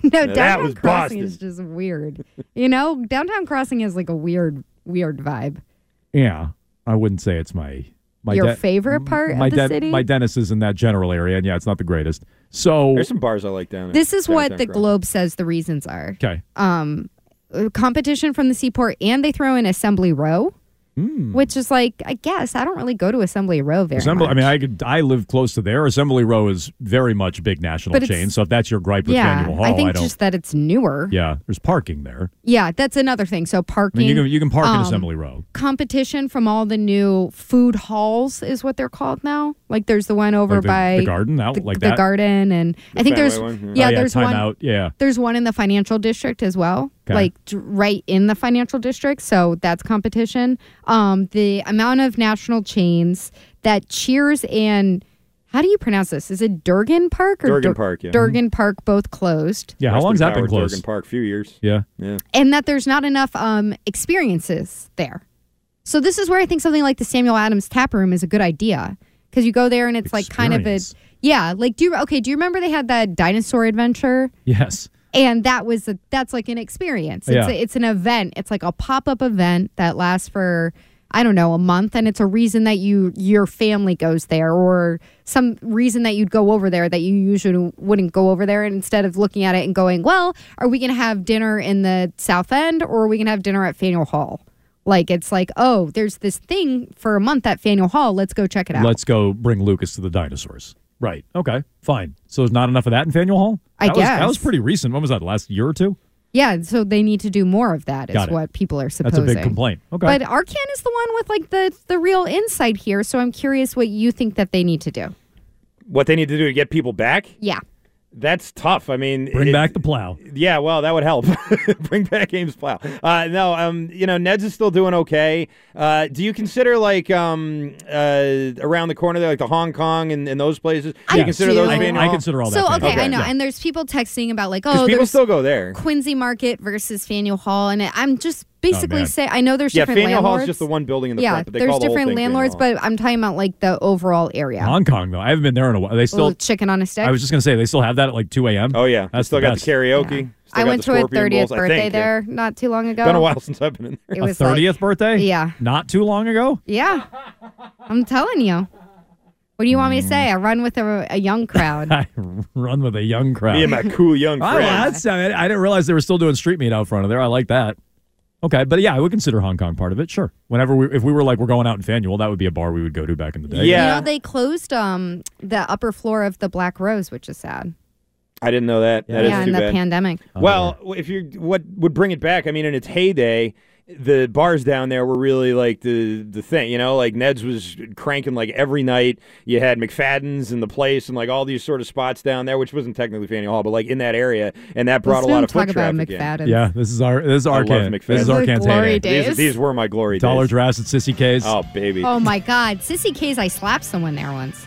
Now, that
downtown
was Boston.
crossing is just weird. you know, downtown crossing has like a weird, weird vibe.
Yeah, I wouldn't say it's my my
Your
de-
favorite part
my
of the
de-
city.
My dentist is in that general area, and yeah, it's not the greatest. So
There's some bars I like down there.
this is what
Downtown
the
Crossing.
Globe says the reasons are.
Okay.
Um, uh, competition from the seaport, and they throw in Assembly Row, which is like, I guess I don't really go to Assembly Row very
Hmm. Assembly,
much.
I mean, I could, I live close to there. Assembly Row is very much big national
But it's-
chain. So if that's your gripe with
yeah,
Faneuil Hall,
I think
don't.
just that it's newer.
yeah, there's parking there.
Yeah, that's another thing. So
I
parking.
mean, you can you can park in
um,
Assembly Row.
Competition from all the new food halls is what they're called now. Like there's the one over
Like the-
by
the garden out
the,
like
the
that?
garden, and
The
I
Fenway
think there's
one, yeah.
yeah,
Oh, yeah,
there's
time
one
out, yeah.
there's one in the financial district as well,
Okay.
like d- right in the financial district. So that's competition. Um, the amount of national chains that Cheers and how do you pronounce this? Is it Durgan Park or
Durgan
Dur-
Park, yeah.
Durgan Park both closed
Yeah, how
Western
long's that been
Power,
closed?
Durgan Park, few years.
Yeah,
yeah.
and that there's not enough um, experiences there. So this is where I think something like the Samuel Adams Tap Room is a good idea because you go there and it's like kind of a
Experience.
yeah. Like do you okay? Do you remember they had that dinosaur adventure?
Yes.
And that was a, that's like an experience. It's
Yeah.
a, it's an event. It's like a pop up event that lasts for I don't know a month, and it's a reason that you your family goes there or some reason that you'd go over there that you usually wouldn't go over there. And instead of looking at it and going, well, are we going to have dinner in the South End or are we going to have dinner at Faneuil Hall? Like it's like oh, there's this thing for a month at Faneuil Hall. Let's go check it out.
Let's go bring Lucas to the dinosaurs. Right. Okay. Fine. So there's not enough of that in Faneuil Hall.
I
that Was, that
guess.
was pretty recent. When was that? Last year or two?
yeah, so they need to do more of that. Is
Got it.
what people are
That's
supposing.
a big complaint. Okay.
But Arcan is the one with like the the real insight here, so I'm curious what you think that they need to do.
What they need to do to get people back?
Yeah.
That's tough. I mean,
Bring
it-
back the plow.
Yeah, well, that would help. Bring back Ames Plow. Uh, no, um, you know, Ned's is still doing okay. Uh, do you consider like um, uh, around the corner there, like the Hong Kong and, and those places? Do you
I
consider
do.
those?
I-
being
I
consider
So okay, I know. And there's people texting about like,
Because
oh,
people
there's
still go there.
Quincy Market versus Faneuil Hall, and I'm just
Oh,
basically
man.
say I know there's
yeah,
different
Faneuil Hall
landlords.
is just the one building in the
yeah,
front, but they
there's
call the whole
different
thing Faneuil
landlords,
Hall.
but I'm talking about like the overall area.
Hong Kong though, I haven't been there in a while. They still.
Little chicken on a stick.
I was just gonna say they still have that at like 2 a.m.
Oh yeah,
that's
still
the
got
best.
the karaoke. still
I
got
went
the
to a
Scorpion
30th
Bowls, I
birthday
think.
there not too long ago.
Been a while since I've been in there.
It was
a
like-
30th birthday?
Yeah.
Not too long ago?
Yeah, I'm telling you. What do you want me to say? I run with a, a young crowd.
Mm. I run with a young crowd.
Me and my cool young
Oh,
friends.
that's- I, mean, I didn't realize they were still doing street meet out front of there. I like that. Okay, but yeah, I would consider Hong Kong part of it. Sure. Whenever we, if we were like we're going out in Faneuil, that would be a bar we would go to back in the day.
You know, they closed um the upper floor of the Black Rose, which is sad.
I didn't know that. That is
yeah,
too
in the
bad.
pandemic.
Oh,
Well, if you what would bring it back? I mean, in its heyday, the bars down there were really like the the thing. You know, like Ned's was cranking like every night. You had McFadden's and the place, and like all these sort of spots down there, which wasn't technically Faneuil Hall, but like in that area, and that brought
Let's
a lot
don't
of foot
talk about
traffic. in.
McFadden's. Yeah, this is our- this is
I
our
love
can-
McFadden's.
this is our These are can't glory heyday. days.
These, these were my glory
Dollar
days.
drafts at Sissy K's.
Oh baby,
Oh my God, Sissy K's! I slapped someone there once.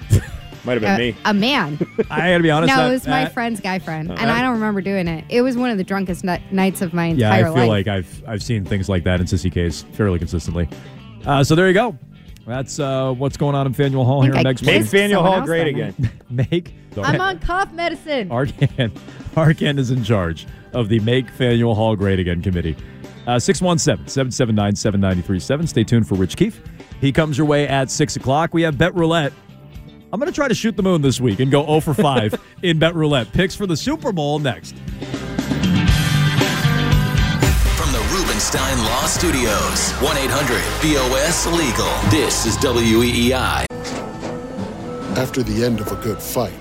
might have been
a,
me.
a man.
I gotta be honest.
no,
that-
it was my
that-
friend's guy friend,
Uh,
and I don't remember doing it. It was one of the drunkest ni- nights of my
Yeah,
entire
I feel
life.
like I've I've seen things like that in Sissy K's fairly consistently. Uh, so there you go. That's uh, what's going on in Faneuil Hall
I
here
think I
next
kissed
week.
Make Faneuil someone Hall else great that night.
Make
I'm on cough medicine.
Arcan, Arcan is in charge of the Make Faneuil Hall Great Again Committee. Uh, 617 779 7937. Stay tuned for Rich Keefe. He comes your way at 6 o'clock. We have Bet Roulette. I'm going to try to shoot the moon this week and go 0 for 5 in Bet Roulette. Picks for the Super Bowl next.
From the Rubenstein Law Studios, 1 800 BOS Legal. This is E WEEI.
After the end of a good fight,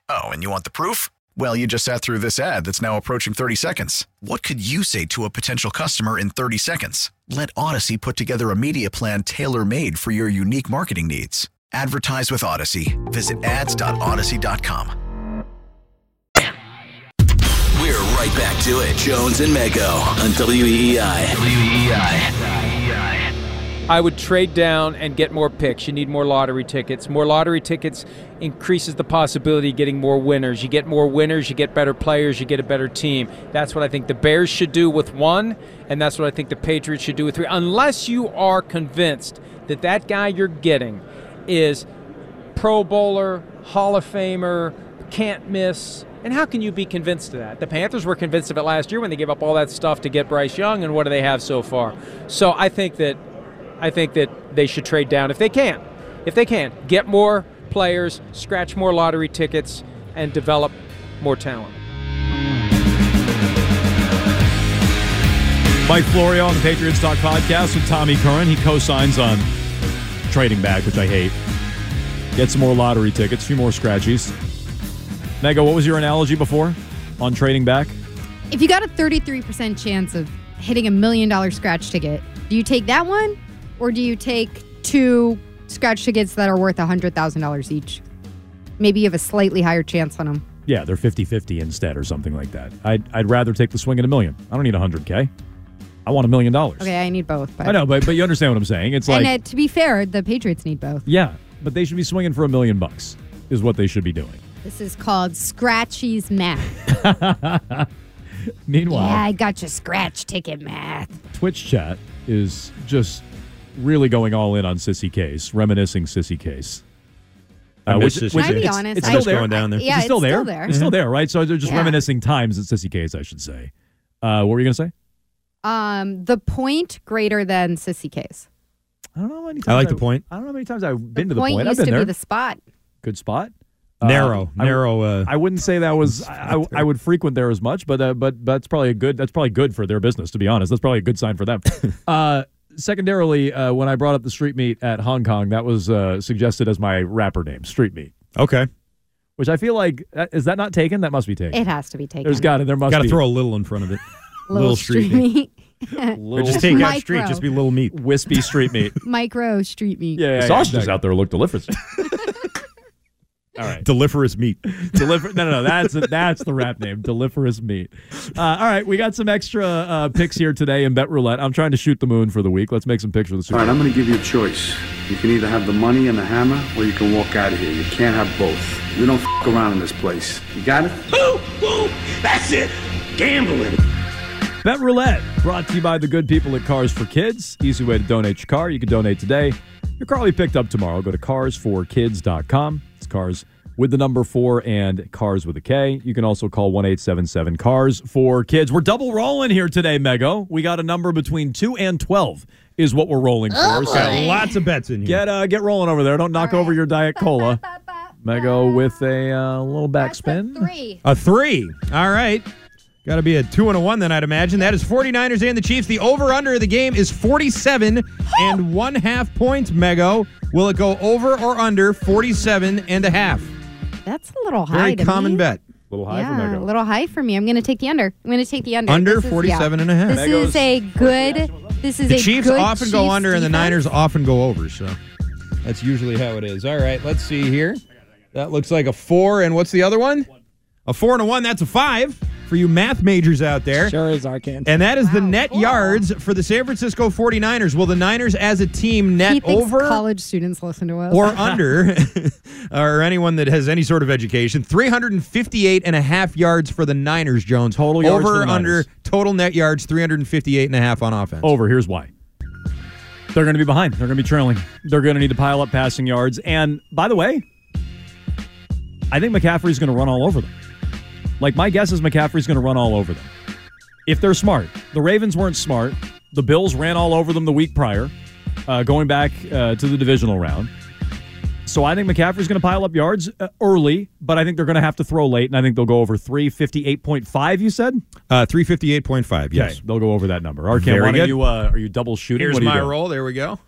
Oh, and you want the proof? Well, you just sat through this ad that's now approaching 30 seconds. What could you say to a potential customer in 30 seconds? Let Odyssey put together a media plan tailor made for your unique marketing needs. Advertise with Odyssey. Visit ads.odyssey.com.
We're right back to it. Jones and Mego on E WEEI. WEEI.
I would trade down and get more picks. You need more lottery tickets. More lottery tickets increases the possibility of getting more winners. You get more winners, you get better players, you get a better team. That's what I think the Bears should do with one, and that's what I think the Patriots should do with three. Unless you are convinced that that guy you're getting is Pro Bowler, Hall of Famer, can't miss. And how can you be convinced of that? The Panthers were convinced of it last year when they gave up all that stuff to get Bryce Young, and what do they have so far? So I think that I think that they should trade down if they can. If they can, get more players, scratch more lottery tickets, and develop more talent.
Mike Florio on the Patriots Talk podcast with Tommy Curran. He co signs on trading back, which I hate. Get some more lottery tickets, a few more scratchies. Mega, what was your analogy before on trading back?
If you got a 33% chance of hitting a million dollar scratch ticket, do you take that one or do you take two scratch tickets that are worth $100,000 each? Maybe you have a slightly higher chance on them.
Yeah, they're 50 50 instead or something like that. I'd, I'd rather take the swing at a million. I don't need 100K. I want a million dollars.
Okay, I need both. But.
I know, but, but you understand what I'm saying. It's like,
and uh, to be fair, the Patriots need both.
yeah, but they should be swinging for a million bucks, is what they should be doing.
This is called Scratchy's Math.
Meanwhile,
Yeah, I got your scratch ticket math.
Twitch chat is just really going all in on Sissy Case, reminiscing Sissy Case. Uh,
I miss Sissy Can I be
it's-
honest?
It's
I-
still
Just
there.
going down there.
Is it
Yeah, it's
still
still
there.
there.
It's still there, right? So they're just
Yeah.
reminiscing times at Sissy Case, I should say. Uh, what were you going to say?
Um, the point greater than Sissy Case.
I don't know how many times
I like the
I-
point.
I don't know how many times I've been to the
point
point. I've
used
been
to
there.
be the spot.
Good spot. Uh,
Narrow,
I w-
narrow, uh,
I wouldn't say that was. I, I, I would frequent there as much, but uh, but that's probably a good. That's probably good for their business. To be honest, that's probably a good sign for them. uh, secondarily, uh, when I brought up the street meat at Hong Kong, that was uh, suggested as my rapper name, Street Meat.
Okay.
Which I feel like that- is that not taken? That must be taken.
It has to be taken.
There's got to. There must.
Got to
be.
throw a little in front of it.
meat.
Or just take out street,
Micro.
just be little meat.
Wispy street meat.
Micro street meat.
yeah,
sausages
out there look delicious. All right.
Deliferous meat.
Deliver- no, no, no. That's that's the rap name. Deliferous meat. Uh, all right, we got some extra uh, picks here today in Bet Roulette. I'm trying to shoot the moon for the week. Let's make some pictures of the Super
All right,
Bowl.
I'm going to give you a choice. You can either have the money and the hammer, or you can walk out of here. You can't have both. We don't f- around in this place. You got it?
Boom! Boom! That's it! Gambling!
Bet Roulette, brought to you by the good people at Cars for Kids. Easy way to donate your car. You can donate today. Your car will be picked up tomorrow. Go to carsforkids.com. It's cars with the number four and cars with a K. You can also call 1 877 Cars for Kids. We're double rolling here today, Mego. We got a number between 2 and 12 is what we're rolling for.
Got lots of bets in here.
Get uh, get rolling over there. Don't knock over your diet cola. Mego with a uh, little backspin.
Three.
A three. All right. Got to be a two and a one then, I'd imagine. That is 49ers and the Chiefs. The over-under of the game is 47 and one half points, Mego. Will it go over or under 47 and a half?
That's a little high.
Very
to
common
me.
bet.
Little
Yeah, a little high for me. I'm going to take the under. I'm going to take the under.
Under
This is-
47 and a half.
This
That
is
goes-
a good. This is
the
a
Chiefs
good
often go
Chiefs
under and the
defense.
Niners often go over, so that's usually how it is. All right, let's see here. That looks like a four, and what's the other one? A four and a one. That's a five for you math majors out there. Sure
is, Arkan.
And that is the net yards for the San Francisco 49ers. Will the Niners as a team net
He thinks
over
college students listen to us
or under, or anyone that has any sort of education, 358 and a half yards for the Niners, Jones. Total
yards
Over
for
or
the
under,
Niners.
total net yards, 358 and a half on offense.
Over. Here's why. They're going to be behind. They're going to be trailing. They're going to need to pile up passing yards. And by the way, I think McCaffrey's going to run all over them. Like, my guess is McCaffrey's going to run all over them. If they're smart, the Ravens weren't smart. The Bills ran all over them the week prior, uh, going back uh, to the divisional round. So I think McCaffrey's going to pile up yards uh, early, but I think they're going to have to throw late, and I think they'll go over 358.5, you said?
Uh, 358.5, yes.
They'll go over that number. Arkan,
Very
why don't
good.
you, uh, are you double shooting?
Here's
What are you
my
doing?
roll. There we go.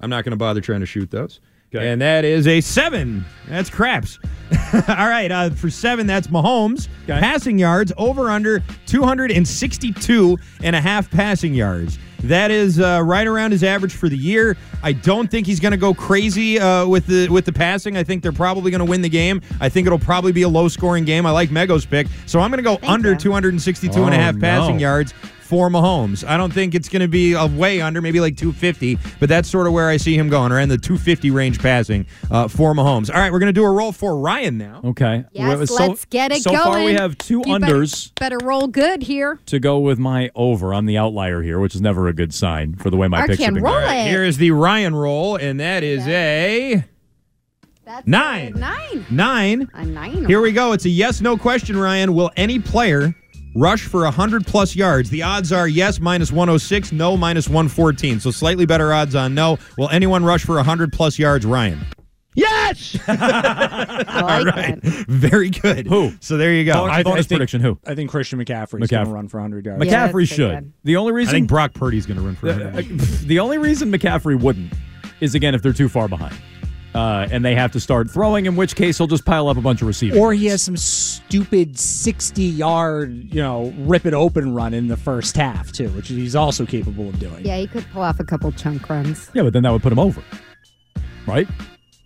I'm not going to bother trying to shoot those. And that is a seven. That's craps. All right. Uh, for seven, that's Mahomes. Passing yards over under 262 and a half passing yards. That is uh, right around his average for the year. I don't think he's going to go crazy uh, with the with the passing. I think they're probably going to win the game. I think it'll probably be a low scoring game. I like Mego's pick, so I'm going to go under 262 and a Oh, half passing no. yards yards for Mahomes. I don't think it's going to be a way under, maybe like 250, but that's sort of where I see him going, around the 250 range passing uh, for Mahomes. All right, we're going to do a roll for Ryan now.
Okay.
Yes,
So-
let's get it
so
going.
far we have two
You better-
unders.
Better, roll good here.
To go with my over, I'm the outlier here, which is never a good sign for the way my
Arkan,
picks have been
roll
going.
it. Hey.
Here is the Ryan roll, and that is a nine.
Nine.
Nine.
A nine.
Here we go. It's a yes no question, Ryan. Will any player rush for 100 plus yards? The odds are yes, minus 106, no, minus 114. So slightly better odds on no. Will anyone rush for 100 plus yards, Ryan?
Yes!
All right. Very good. Who? So there you go.
Who?
I think Christian McCaffrey is going
McCaffrey.
to run for 100 yards.
McCaffrey should. The only reason
Brock Purdy's going to run for
the, uh, the only reason McCaffrey wouldn't is again if they're too far behind, uh, and they have to start throwing. In which case, he'll just pile up a bunch of receivers.
Or he has some stupid 60 yard, you know, rip it open run in the first half, too, which he's also capable of doing.
Yeah, you could pull off a couple chunk runs.
yeah, but then that would put him over, right?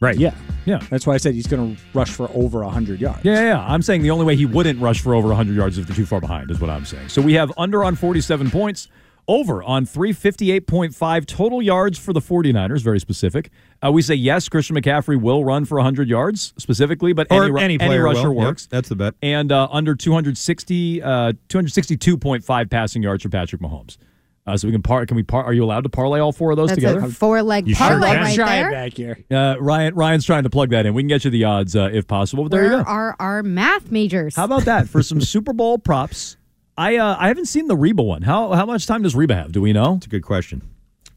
Right.
Yeah.
Yeah.
That's why I said he's going to rush for over 100 yards.
Yeah, yeah, yeah. I'm saying the only way he wouldn't rush for over 100 yards if they're too far behind is what I'm saying. So we have under on 47 points, over on 358.5 total yards for the 49ers, very specific. Uh, we say yes, Christian McCaffrey will run for 100 yards specifically, but
Or
any, ru-
any player
rusher
will. Yep,
works.
that's the bet.
And uh, under 260, uh, 262.5 passing yards for Patrick Mahomes. Uh, so we can par- can we par- are you allowed to parlay all four of those
That's
together?
a four leg parlay right there.
back here.
Uh, Ryan Ryan's trying to plug that in. We can get you the odds uh, if possible. But there
Where
you go.
are our math majors?
How about that for some Super Bowl props I uh, I haven't seen the Reba one. How how much time does Reba have? Do we know? It's a
good question.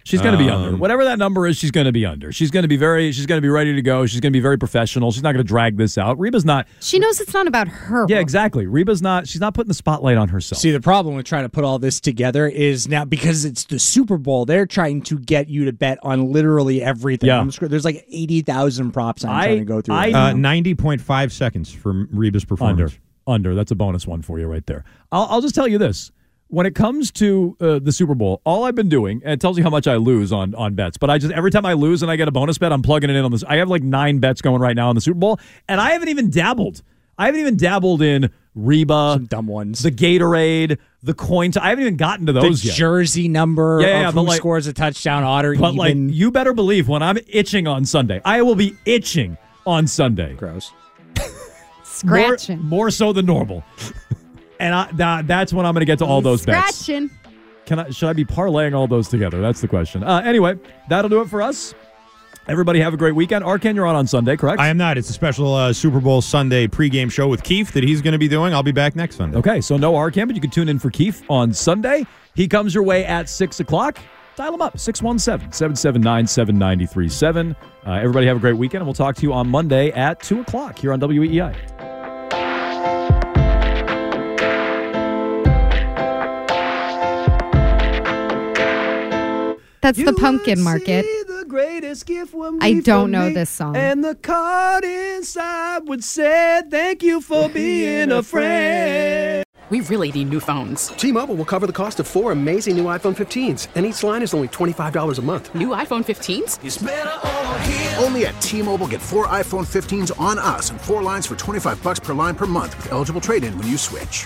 She's going to be under
Um,
whatever that number is. She's going to be under. She's going to be very. She's going to be ready to go. She's going to be very professional. She's not going to drag this out. Reba's not.
She knows it's not about her.
Yeah, exactly. Reba's not. She's not putting the spotlight on herself.
See, the problem with trying to put all this together is now because it's the Super Bowl, they're trying to get you to bet on literally everything.
Yeah.
I'm scr- there's like 80,000 props I'm trying to go through. right
uh,
now.
90.5 seconds for Reba's performance.
Under. Under. That's a bonus one for you right there. I'll, I'll just tell you this. When it comes to uh, the Super Bowl, all I've been doing, and it tells you how much I lose on, on bets, but I just, every time I lose and I get a bonus bet, I'm plugging it in on this. I have like nine bets going right now on the Super Bowl, and I haven't even dabbled. I haven't even dabbled in Reba, Some
dumb ones,
the Gatorade, the coins. I haven't even gotten to those
the
yet.
jersey number
Yeah, yeah, yeah,
of
but
who
like-
scores a touchdown, odd or
But
even.
like, you better believe when I'm itching on Sunday, I will be itching on Sunday.
Gross.
Scratching. More, more so than normal. and I, that, that's when I'm going to get to all those bets.
Scratching.
Can I? Should I be parlaying all those together? That's the question. Uh, anyway, that'll do it for us. Everybody have a great weekend. Arkan, you're on on Sunday, correct?
I am not. It's a special uh, Super Bowl Sunday pregame show with Keith that he's going to be doing. I'll be back next Sunday.
Okay, so no Arkan, but you can tune in for Keith on Sunday. He comes your way at 6 o'clock. Dial him up, 617 779 7937. Uh, Everybody have a great weekend, and we'll talk to you on Monday at 2 o'clock here on E WEEI.
That's the pumpkin market.
The greatest gift one
I don't know this song.
And the card inside would say, Thank you for being a friend.
We really need new phones. T-Mobile will cover the cost of four amazing new iPhone 15s, and each line is only $25 a month. New iPhone 15s?
Only at T-Mobile, get four iPhone 15s on us and four lines for 25 bucks per line per month with eligible trade-in when you switch.